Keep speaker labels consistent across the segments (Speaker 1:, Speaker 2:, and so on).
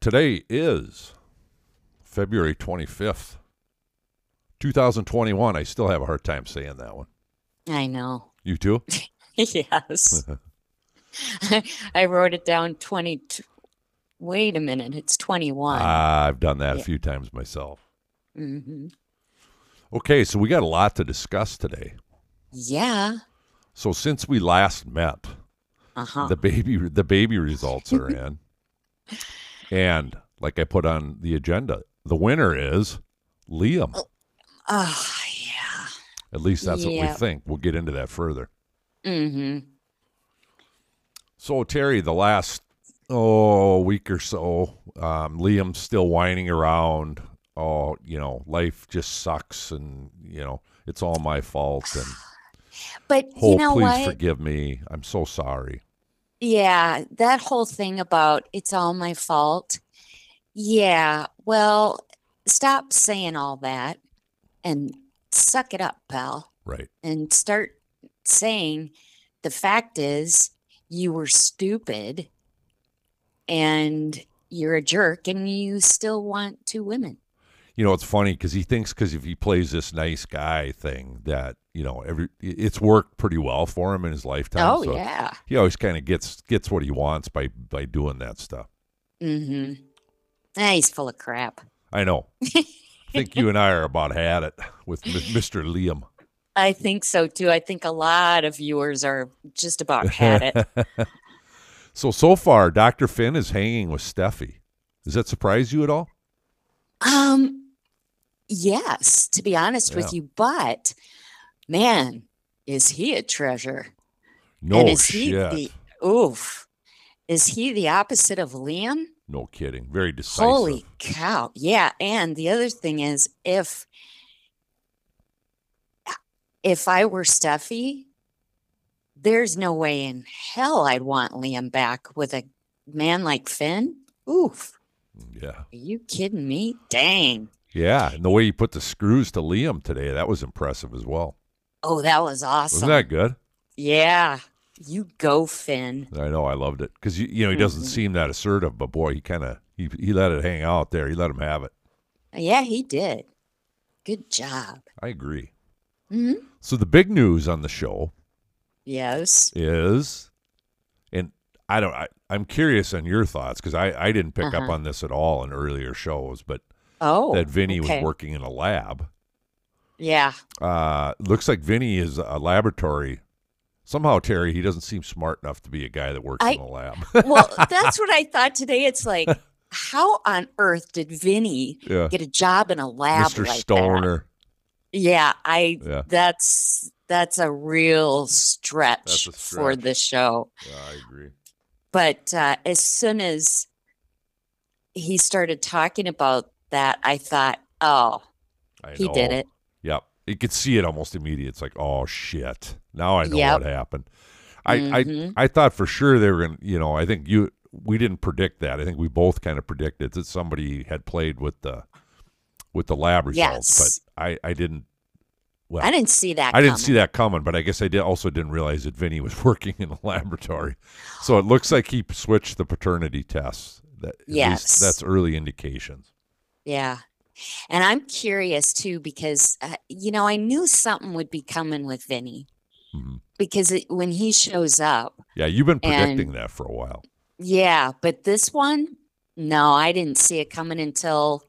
Speaker 1: Today is February 25th, 2021. I still have a hard time saying that one.
Speaker 2: I know.
Speaker 1: You too?
Speaker 2: yes. I wrote it down 22. Wait a minute. It's 21.
Speaker 1: I've done that a few times myself.
Speaker 2: hmm
Speaker 1: Okay, so we got a lot to discuss today.
Speaker 2: Yeah.
Speaker 1: So since we last met,
Speaker 2: Uh huh.
Speaker 1: the baby the baby results are in. and like I put on the agenda, the winner is Liam.
Speaker 2: Oh, yeah.
Speaker 1: At least that's what we
Speaker 2: Yeah.
Speaker 1: think. We'll get into that further.
Speaker 2: Mm hmm.
Speaker 1: So Terry, the last oh week or so, um, Liam's still whining around. Oh, you know, life just sucks, and you know it's all my fault. And
Speaker 2: But
Speaker 1: oh,
Speaker 2: you know
Speaker 1: please
Speaker 2: what?
Speaker 1: forgive me. I'm so sorry.
Speaker 2: Yeah, that whole thing about it's all my fault. Yeah, well, stop saying all that and suck it up, pal,
Speaker 1: Right.
Speaker 2: and start saying the fact is you were stupid and you're a jerk and you still want two women.
Speaker 1: You know, it's funny because he thinks because if he plays this nice guy thing that you know every it's worked pretty well for him in his lifetime.
Speaker 2: Oh,
Speaker 1: so
Speaker 2: yeah.
Speaker 1: He always kind of gets gets what he wants by by doing that stuff.
Speaker 2: Mm-hmm. Ah, he's full of crap.
Speaker 1: I know. I think you and I are about had it with Mr. Liam.
Speaker 2: I think so too. I think a lot of viewers are just about had it.
Speaker 1: So so far, Dr. Finn is hanging with Steffi. Does that surprise you at all?
Speaker 2: Um, yes, to be honest with
Speaker 1: Yeah.
Speaker 2: you, but man, is he a treasure?
Speaker 1: No
Speaker 2: and is he
Speaker 1: shit.
Speaker 2: the oof? Is he the opposite of Liam?
Speaker 1: no kidding. Very decisive.
Speaker 2: Holy cow! Yeah, and the other thing is, if if I were Steffi, there's no way in hell I'd want Liam back with a man like Finn. Oof!
Speaker 1: Yeah.
Speaker 2: Are you kidding me? Dang!
Speaker 1: Yeah. And the way you put the screws to Liam today, that was impressive as well.
Speaker 2: Oh, that was awesome.
Speaker 1: Wasn't that good?
Speaker 2: Yeah. You go, Finn.
Speaker 1: I know. I loved it. Because, you, you know, he doesn't
Speaker 2: Mhm.
Speaker 1: seem that assertive, but boy, he kind of, he, he let it hang out there. He let him have it.
Speaker 2: Yeah, he did. Good job.
Speaker 1: I agree.
Speaker 2: hmm
Speaker 1: So the big news on the show
Speaker 2: Yes.
Speaker 1: is and i don't I, i'm curious on your thoughts because I, I didn't pick up
Speaker 2: Uh-huh.
Speaker 1: on this at all in earlier shows but
Speaker 2: Oh.
Speaker 1: that vinny
Speaker 2: okay.
Speaker 1: was working in a lab
Speaker 2: Yeah.
Speaker 1: uh looks like vinny is a laboratory somehow terry he doesn't seem smart enough to be a guy that works
Speaker 2: I-
Speaker 1: in a lab
Speaker 2: Well, that's what I thought today. It's like, how on earth did Vinny
Speaker 1: yeah
Speaker 2: get a job in a lab
Speaker 1: mr
Speaker 2: like that?
Speaker 1: stoner
Speaker 2: Yeah, I.
Speaker 1: yeah
Speaker 2: That's that's a real stretch, for
Speaker 1: stretch.
Speaker 2: the show.
Speaker 1: yeah i agree
Speaker 2: But uh, as soon as he started talking about that, I thought, oh,
Speaker 1: I
Speaker 2: he did
Speaker 1: know.
Speaker 2: it.
Speaker 1: Yep. You could see it almost immediate. It's like, oh shit. Now I know
Speaker 2: Yep.
Speaker 1: what happened. I,
Speaker 2: Mhm.
Speaker 1: I I thought for sure they were gonna you know, I think you we didn't predict that. I think we both kind of predicted that somebody had played with the with the lab results,
Speaker 2: Yes.
Speaker 1: but I, I didn't well
Speaker 2: Mm-hmm. I didn't see that.
Speaker 1: I didn't see
Speaker 2: coming.
Speaker 1: that coming, but I guess I did also didn't realize that Vinny was working in a laboratory. So it looks like he switched the paternity tests. That at least
Speaker 2: Yes.
Speaker 1: that's early indications.
Speaker 2: Yeah. And I'm curious too, because, uh, you know, I knew something would be coming with Vinny
Speaker 1: Mhm.
Speaker 2: because it, when he shows up,
Speaker 1: Yeah, you've been predicting
Speaker 2: And-
Speaker 1: that for a while.
Speaker 2: yeah, but this one, no, I didn't see it coming until,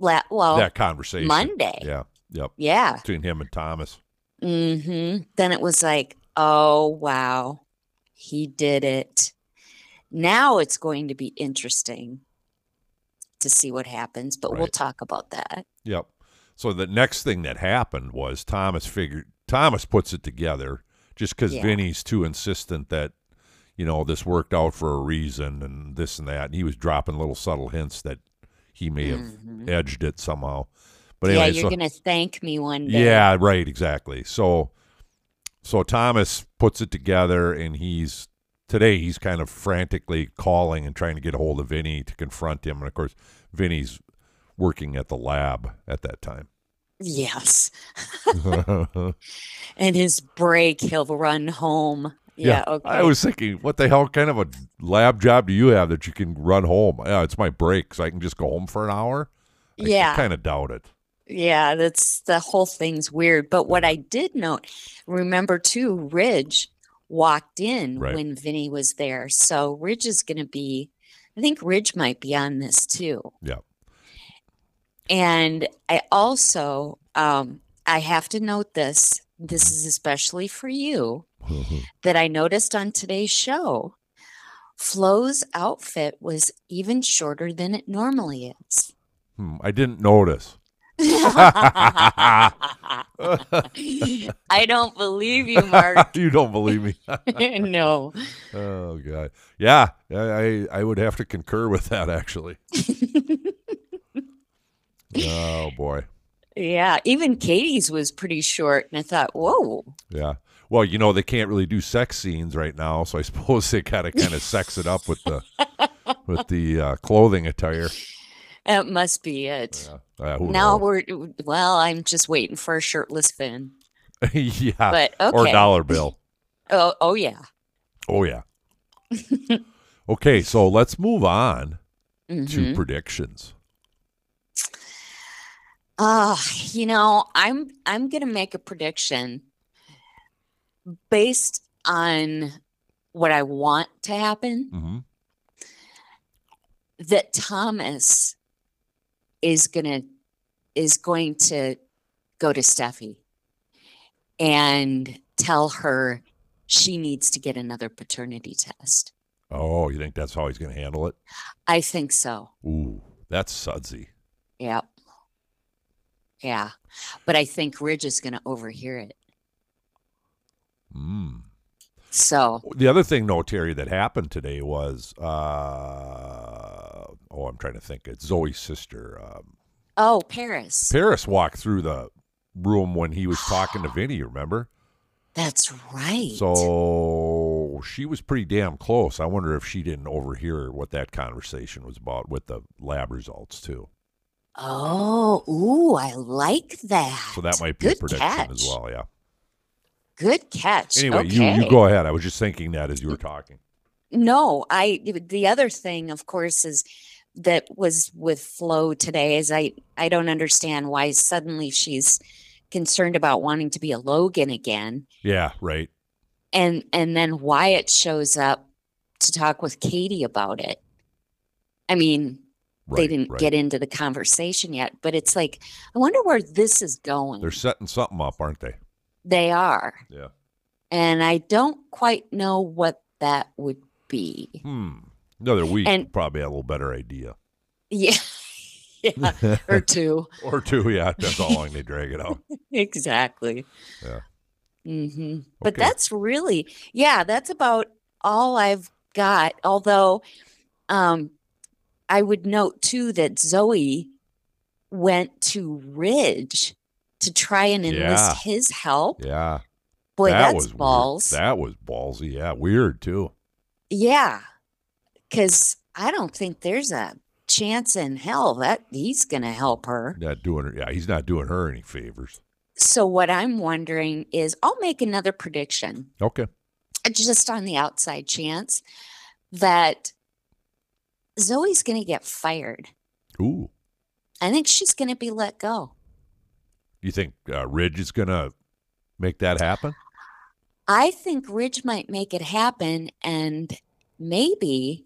Speaker 2: la- well,
Speaker 1: that conversation.
Speaker 2: Monday.
Speaker 1: Yeah. Yep.
Speaker 2: Yeah.
Speaker 1: Between him and Thomas.
Speaker 2: hmm Then it was like, oh, wow, he did it. Now it's going to be interesting to see what happens, but we'll
Speaker 1: Right.
Speaker 2: talk about that.
Speaker 1: Yep. So the next thing that happened was Thomas figured Thomas puts it together just because
Speaker 2: Yeah.
Speaker 1: Vinny's too insistent that you know this worked out for a reason and this and that. And he was dropping little subtle hints that he may have
Speaker 2: Mhm.
Speaker 1: edged it somehow. But anyway,
Speaker 2: yeah, you're
Speaker 1: so,
Speaker 2: going to thank me one day.
Speaker 1: yeah, right, exactly. So so Thomas puts it together and he's today he's kind of frantically calling and trying to get a hold of Vinny to confront him. And of course, Vinny's working at the lab at that time.
Speaker 2: Yes. And his break, he'll run home Yeah. okay.
Speaker 1: I was thinking, what the hell kind of a lab job do you have that you can run home? Yeah, it's my break, so I can just go home for an hour. I
Speaker 2: Yeah.
Speaker 1: kind of doubt it.
Speaker 2: Yeah, that's the whole thing's weird. But what I did note, remember too, Ridge walked in
Speaker 1: Right.
Speaker 2: when Vinny was there. So Ridge is going to be, I think Ridge might be on this too.
Speaker 1: Yeah.
Speaker 2: And I also, um, I have to note this. This is especially for you that I noticed on today's show. Flo's outfit was even shorter than it normally is.
Speaker 1: Hmm, I didn't notice.
Speaker 2: I don't believe you, Mark.
Speaker 1: you don't believe me?
Speaker 2: no.
Speaker 1: oh god, yeah, I I I would have to concur with that actually. oh boy,
Speaker 2: Yeah. Even Katie's was pretty short. And I thought, whoa.
Speaker 1: yeah. Well, you know they can't really do sex scenes right now, so I suppose they gotta kind of sex it up with the with the uh, clothing attire.
Speaker 2: That must be it.
Speaker 1: Uh, who
Speaker 2: now
Speaker 1: knows?
Speaker 2: we're, well, I'm just waiting for a shirtless fin.
Speaker 1: yeah,
Speaker 2: But okay.
Speaker 1: Ah, or dollar bill.
Speaker 2: Oh, oh, yeah.
Speaker 1: Oh yeah. okay, so let's move on to
Speaker 2: Mhm.
Speaker 1: predictions.
Speaker 2: Ah, you know, I'm I'm gonna make a prediction based on what I want to happen.
Speaker 1: hmm
Speaker 2: that Thomas is gonna is going to go to Steffi and tell her she needs to get another paternity test.
Speaker 1: Oh, you think that's how he's going to handle it?
Speaker 2: I think so.
Speaker 1: Ooh, that's sudsy.
Speaker 2: Yeah. Yeah. But I think Ridge is gonna overhear it.
Speaker 1: Mm.
Speaker 2: So
Speaker 1: The other thing, no, Terry, that happened today was, uh, oh, I'm trying to think. It's Zoe's sister. Um,
Speaker 2: oh Paris.
Speaker 1: Paris walked through the room when he was talking to Vinny, remember?
Speaker 2: That's right.
Speaker 1: So she was pretty damn close. I wonder if she didn't overhear what that conversation was about with the lab results, too.
Speaker 2: oh ooh, I like that.
Speaker 1: So that might be
Speaker 2: Good
Speaker 1: a prediction
Speaker 2: catch.
Speaker 1: as well, yeah.
Speaker 2: Good catch.
Speaker 1: Anyway,
Speaker 2: okay. Mm.
Speaker 1: you, you go ahead. I was just thinking that as you were talking.
Speaker 2: No, I the other thing, of course, is that was with Flo today is I I don't understand why suddenly she's concerned about wanting to be a Logan again,
Speaker 1: Yeah, right.
Speaker 2: and and then Wyatt shows up to talk with Katie about it. I mean,
Speaker 1: right
Speaker 2: they didn't
Speaker 1: right.
Speaker 2: get into the conversation yet, but it's like I wonder where this is going.
Speaker 1: They're setting something up, aren't they?
Speaker 2: They are,
Speaker 1: Yeah.
Speaker 2: and I don't quite know what that would be.
Speaker 1: Hmm. Another week,
Speaker 2: And-
Speaker 1: probably had a little better idea.
Speaker 2: Yeah, yeah, Uh, or two.
Speaker 1: or two, yeah. That's how long they drag it out.
Speaker 2: Exactly.
Speaker 1: Yeah.
Speaker 2: hmm But
Speaker 1: Okay.
Speaker 2: that's really, yeah, that's about all I've got. Although, um, I would note too that Zoe went to Ridge to try and enlist
Speaker 1: Yeah.
Speaker 2: his help.
Speaker 1: Yeah.
Speaker 2: Boy,
Speaker 1: that
Speaker 2: that's
Speaker 1: was
Speaker 2: balls.
Speaker 1: Weird. That was ballsy. Yeah. Weird, too.
Speaker 2: Yeah, because I don't think there's a chance in hell that he's going to help her.
Speaker 1: Not doing her. Yeah. He's not doing her any favors.
Speaker 2: So what I'm wondering is, I'll make another prediction.
Speaker 1: Okay.
Speaker 2: just on the outside chance that Zoe's going to get fired.
Speaker 1: Ooh.
Speaker 2: I think she's going to be let go.
Speaker 1: You think uh, Ridge is going to make that happen?
Speaker 2: I think Ridge might make it happen. And maybe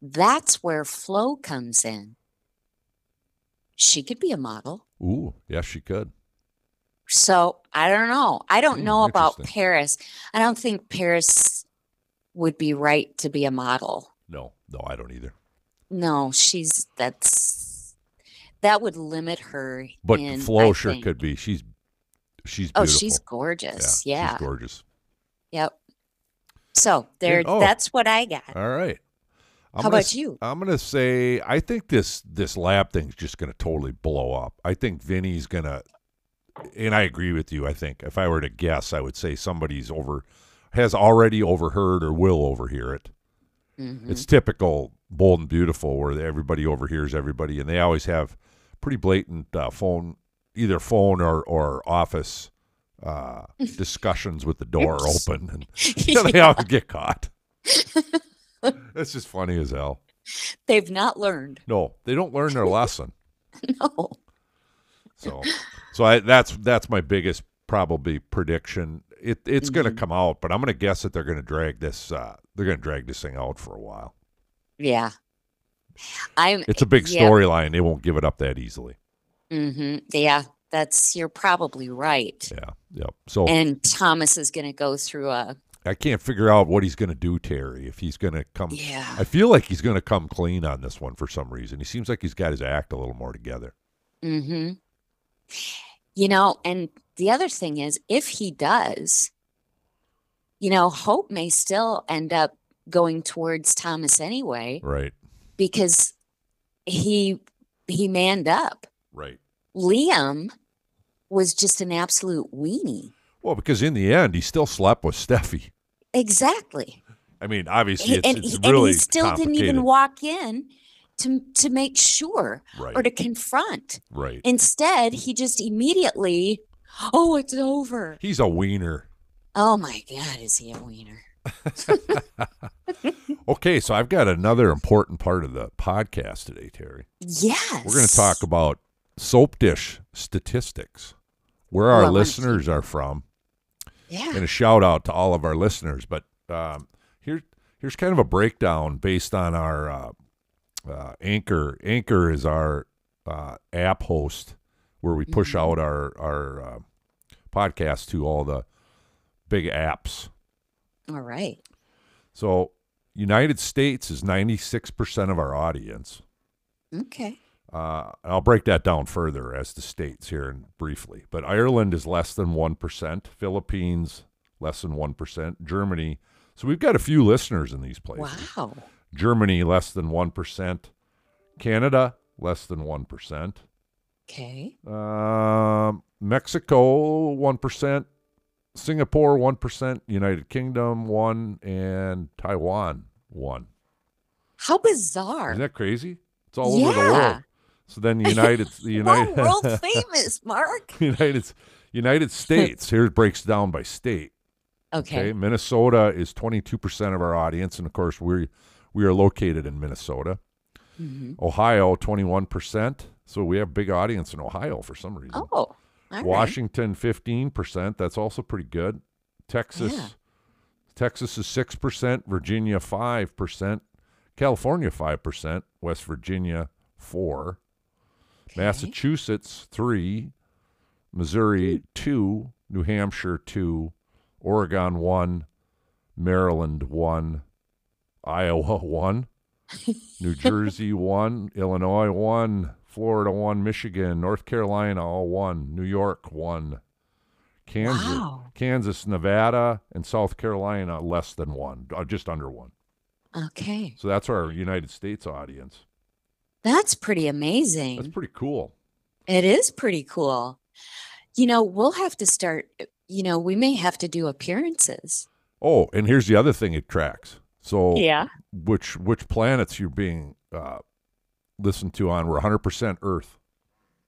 Speaker 2: that's where Flo comes in. She could be a model.
Speaker 1: Ooh. Yes, she could.
Speaker 2: So I don't know. I don't
Speaker 1: Hmm,
Speaker 2: know about
Speaker 1: interesting.
Speaker 2: Paris. I don't think Paris would be right to be a model.
Speaker 1: No. No, I don't either.
Speaker 2: No, she's that's that would limit her.
Speaker 1: But
Speaker 2: in,
Speaker 1: Flo
Speaker 2: I
Speaker 1: sure
Speaker 2: think.
Speaker 1: could be. She's she's beautiful.
Speaker 2: Oh, she's gorgeous. Yeah.
Speaker 1: She's gorgeous.
Speaker 2: Yep. So there,
Speaker 1: oh.
Speaker 2: that's what I got.
Speaker 1: All right. I'm
Speaker 2: How
Speaker 1: gonna
Speaker 2: about
Speaker 1: s-
Speaker 2: you?
Speaker 1: I'm gonna say I think this this lab thing's just gonna totally blow up. I think Vinny's gonna, and I agree with you. I think if I were to guess, I would say somebody's over has already overheard or will overhear it.
Speaker 2: Mhm.
Speaker 1: It's typical bold and beautiful where everybody overhears everybody, and they always have pretty blatant uh, phone, either phone or or office uh, discussions with the door open, and
Speaker 2: Mm-hmm.
Speaker 1: they always get caught. That's just funny as hell.
Speaker 2: They've not learned.
Speaker 1: No, they don't learn their lesson.
Speaker 2: No.
Speaker 1: So, so I, that's that's my biggest probably prediction. It it's going to come out, but I'm going to guess that they're going to drag this. Uh, they're going to drag this thing out for a while.
Speaker 2: Yeah. I'm
Speaker 1: It's a big
Speaker 2: Yeah.
Speaker 1: storyline. They won't give it up that easily.
Speaker 2: hmm yeah, that's you're probably right.
Speaker 1: Yeah. Yep. So
Speaker 2: And Thomas is gonna go through a
Speaker 1: I can't figure out what he's going to do, Terry. If he's going to come,
Speaker 2: yeah.
Speaker 1: I feel like he's going to come clean on this one for some reason. He seems like he's got his act a little more together.
Speaker 2: Mm-hmm. You know, and the other thing is if he does, you know, hope may still end up going towards Thomas anyway,
Speaker 1: Right.
Speaker 2: because he he manned up.
Speaker 1: Right.
Speaker 2: Liam was just an absolute weenie.
Speaker 1: Well, because in the end, he still slept with Steffi.
Speaker 2: Exactly.
Speaker 1: I mean, obviously,
Speaker 2: He-
Speaker 1: it's,
Speaker 2: and,
Speaker 1: it's
Speaker 2: he,
Speaker 1: really
Speaker 2: and he still didn't even
Speaker 1: complicated.
Speaker 2: walk in to to make sure
Speaker 1: right.
Speaker 2: or to confront.
Speaker 1: right.
Speaker 2: Instead, he just immediately, oh, it's over.
Speaker 1: He's a wiener.
Speaker 2: Oh my God, is he a wiener?
Speaker 1: Okay, so I've got another important part of the podcast today, Terry.
Speaker 2: Yes.
Speaker 1: We're going to talk about soap dish statistics, where our
Speaker 2: Love it.
Speaker 1: listeners are from,
Speaker 2: Yeah.
Speaker 1: and a shout out to all of our listeners. But um, here, here's kind of a breakdown based on our uh, uh, anchor. Anchor is our uh, app host where we push out our our uh, podcast to all the big apps.
Speaker 2: All right.
Speaker 1: So United States is 96% of our audience.
Speaker 2: Okay.
Speaker 1: Uh, and I'll break that down further as the states here and briefly. But Ireland is less than 1%, Philippines less than 1%, Germany. So we've got a few listeners in these places.
Speaker 2: Wow.
Speaker 1: Germany less than 1%, Canada less than 1%,
Speaker 2: Okay.
Speaker 1: um, Mexico 1%, Singapore 1%, United Kingdom 1 and Taiwan 1.
Speaker 2: How bizarre.
Speaker 1: Isn't that crazy? It's all over the
Speaker 2: Yeah.
Speaker 1: world. So then the United the
Speaker 2: We're
Speaker 1: United
Speaker 2: world famous, Mark.
Speaker 1: United United States. Here it breaks down by state. Okay,
Speaker 2: Okay.
Speaker 1: Minnesota is twenty two percent of our audience, and of course we we are located in Minnesota.
Speaker 2: hmm
Speaker 1: Ohio twenty one percent. So we have a big audience in Ohio for some reason.
Speaker 2: Oh, all right.
Speaker 1: Washington fifteen percent. That's also pretty good. Texas
Speaker 2: Yeah.
Speaker 1: Texas is six percent. Virginia five percent. California five percent. West Virginia four.
Speaker 2: Okay.
Speaker 1: Massachusetts three, Missouri two, New Hampshire two, Oregon one, Maryland one, Iowa one, New Jersey one, Illinois one, Florida one, Michigan, North Carolina all one, New York one, Kansas,
Speaker 2: Wow.
Speaker 1: Kansas, Nevada, and South Carolina less than one, uh, just under one.
Speaker 2: Okay.
Speaker 1: So that's our United States audience.
Speaker 2: That's pretty amazing.
Speaker 1: That's pretty cool.
Speaker 2: It is pretty cool. You know, we'll have to start, you know, we may have to do appearances.
Speaker 1: Oh, and here's the other thing it tracks. So
Speaker 2: Yeah.
Speaker 1: which which planets you're being uh, listened to on? We're 100 percent Earth.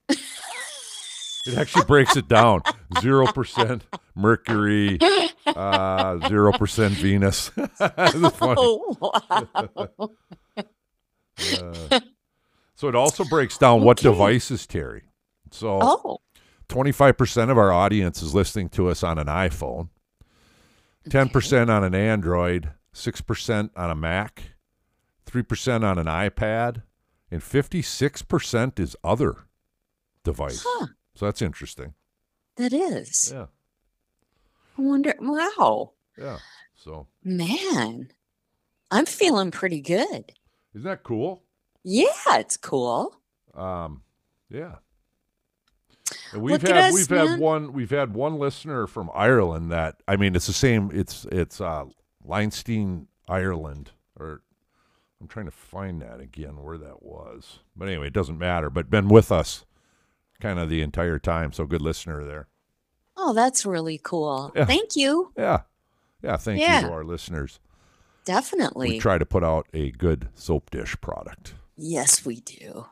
Speaker 1: it actually breaks it down: zero percent Mercury, uh, zero percent Venus. It's funny.
Speaker 2: Oh, wow.
Speaker 1: Uh, so it also breaks down what
Speaker 2: Okay.
Speaker 1: devices, Terry. So
Speaker 2: oh,
Speaker 1: 25 percent of our audience is listening to us on an iPhone, 10 percent on an Android, six percent on a Mac, three percent on an iPad, and 56 percent is other device.
Speaker 2: Huh.
Speaker 1: So that's interesting.
Speaker 2: that is.
Speaker 1: Yeah,
Speaker 2: I wonder, wow,
Speaker 1: yeah. So
Speaker 2: man, I'm feeling pretty good.
Speaker 1: isn't that cool?
Speaker 2: Yeah, it's cool.
Speaker 1: Um, yeah. And we've
Speaker 2: Look at
Speaker 1: had
Speaker 2: us,
Speaker 1: we've had
Speaker 2: man.
Speaker 1: one we've had one listener from Ireland that I mean it's the same it's it's uh Leinstein Ireland or I'm trying to find that again where that was. But anyway, it doesn't matter, but been with us kind of the entire time, so good listener there.
Speaker 2: Oh, that's really cool.
Speaker 1: Yeah.
Speaker 2: Thank you.
Speaker 1: Yeah. Yeah, thank
Speaker 2: Yeah.
Speaker 1: you to our listeners. We
Speaker 2: Definitely.
Speaker 1: try to put out a good soap dish product.
Speaker 2: yes, we do.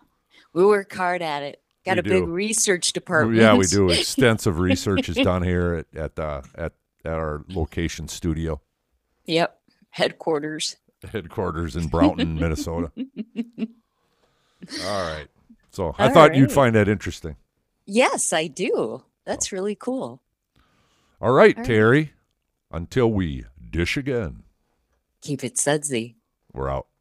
Speaker 2: We work hard at it. Got
Speaker 1: We
Speaker 2: a big
Speaker 1: do.
Speaker 2: research department.
Speaker 1: Yeah, we do. Extensive research is done here at at uh, at at our location studio
Speaker 2: yep. Headquarters.
Speaker 1: headquarters in Broughton, Minnesota. All right. So I
Speaker 2: All
Speaker 1: thought you'd
Speaker 2: right.
Speaker 1: find that interesting.
Speaker 2: Yes, I do. That's really cool.
Speaker 1: All right,
Speaker 2: All right.
Speaker 1: Terry. Until we dish again,
Speaker 2: Keep it sudsy.
Speaker 1: we're out.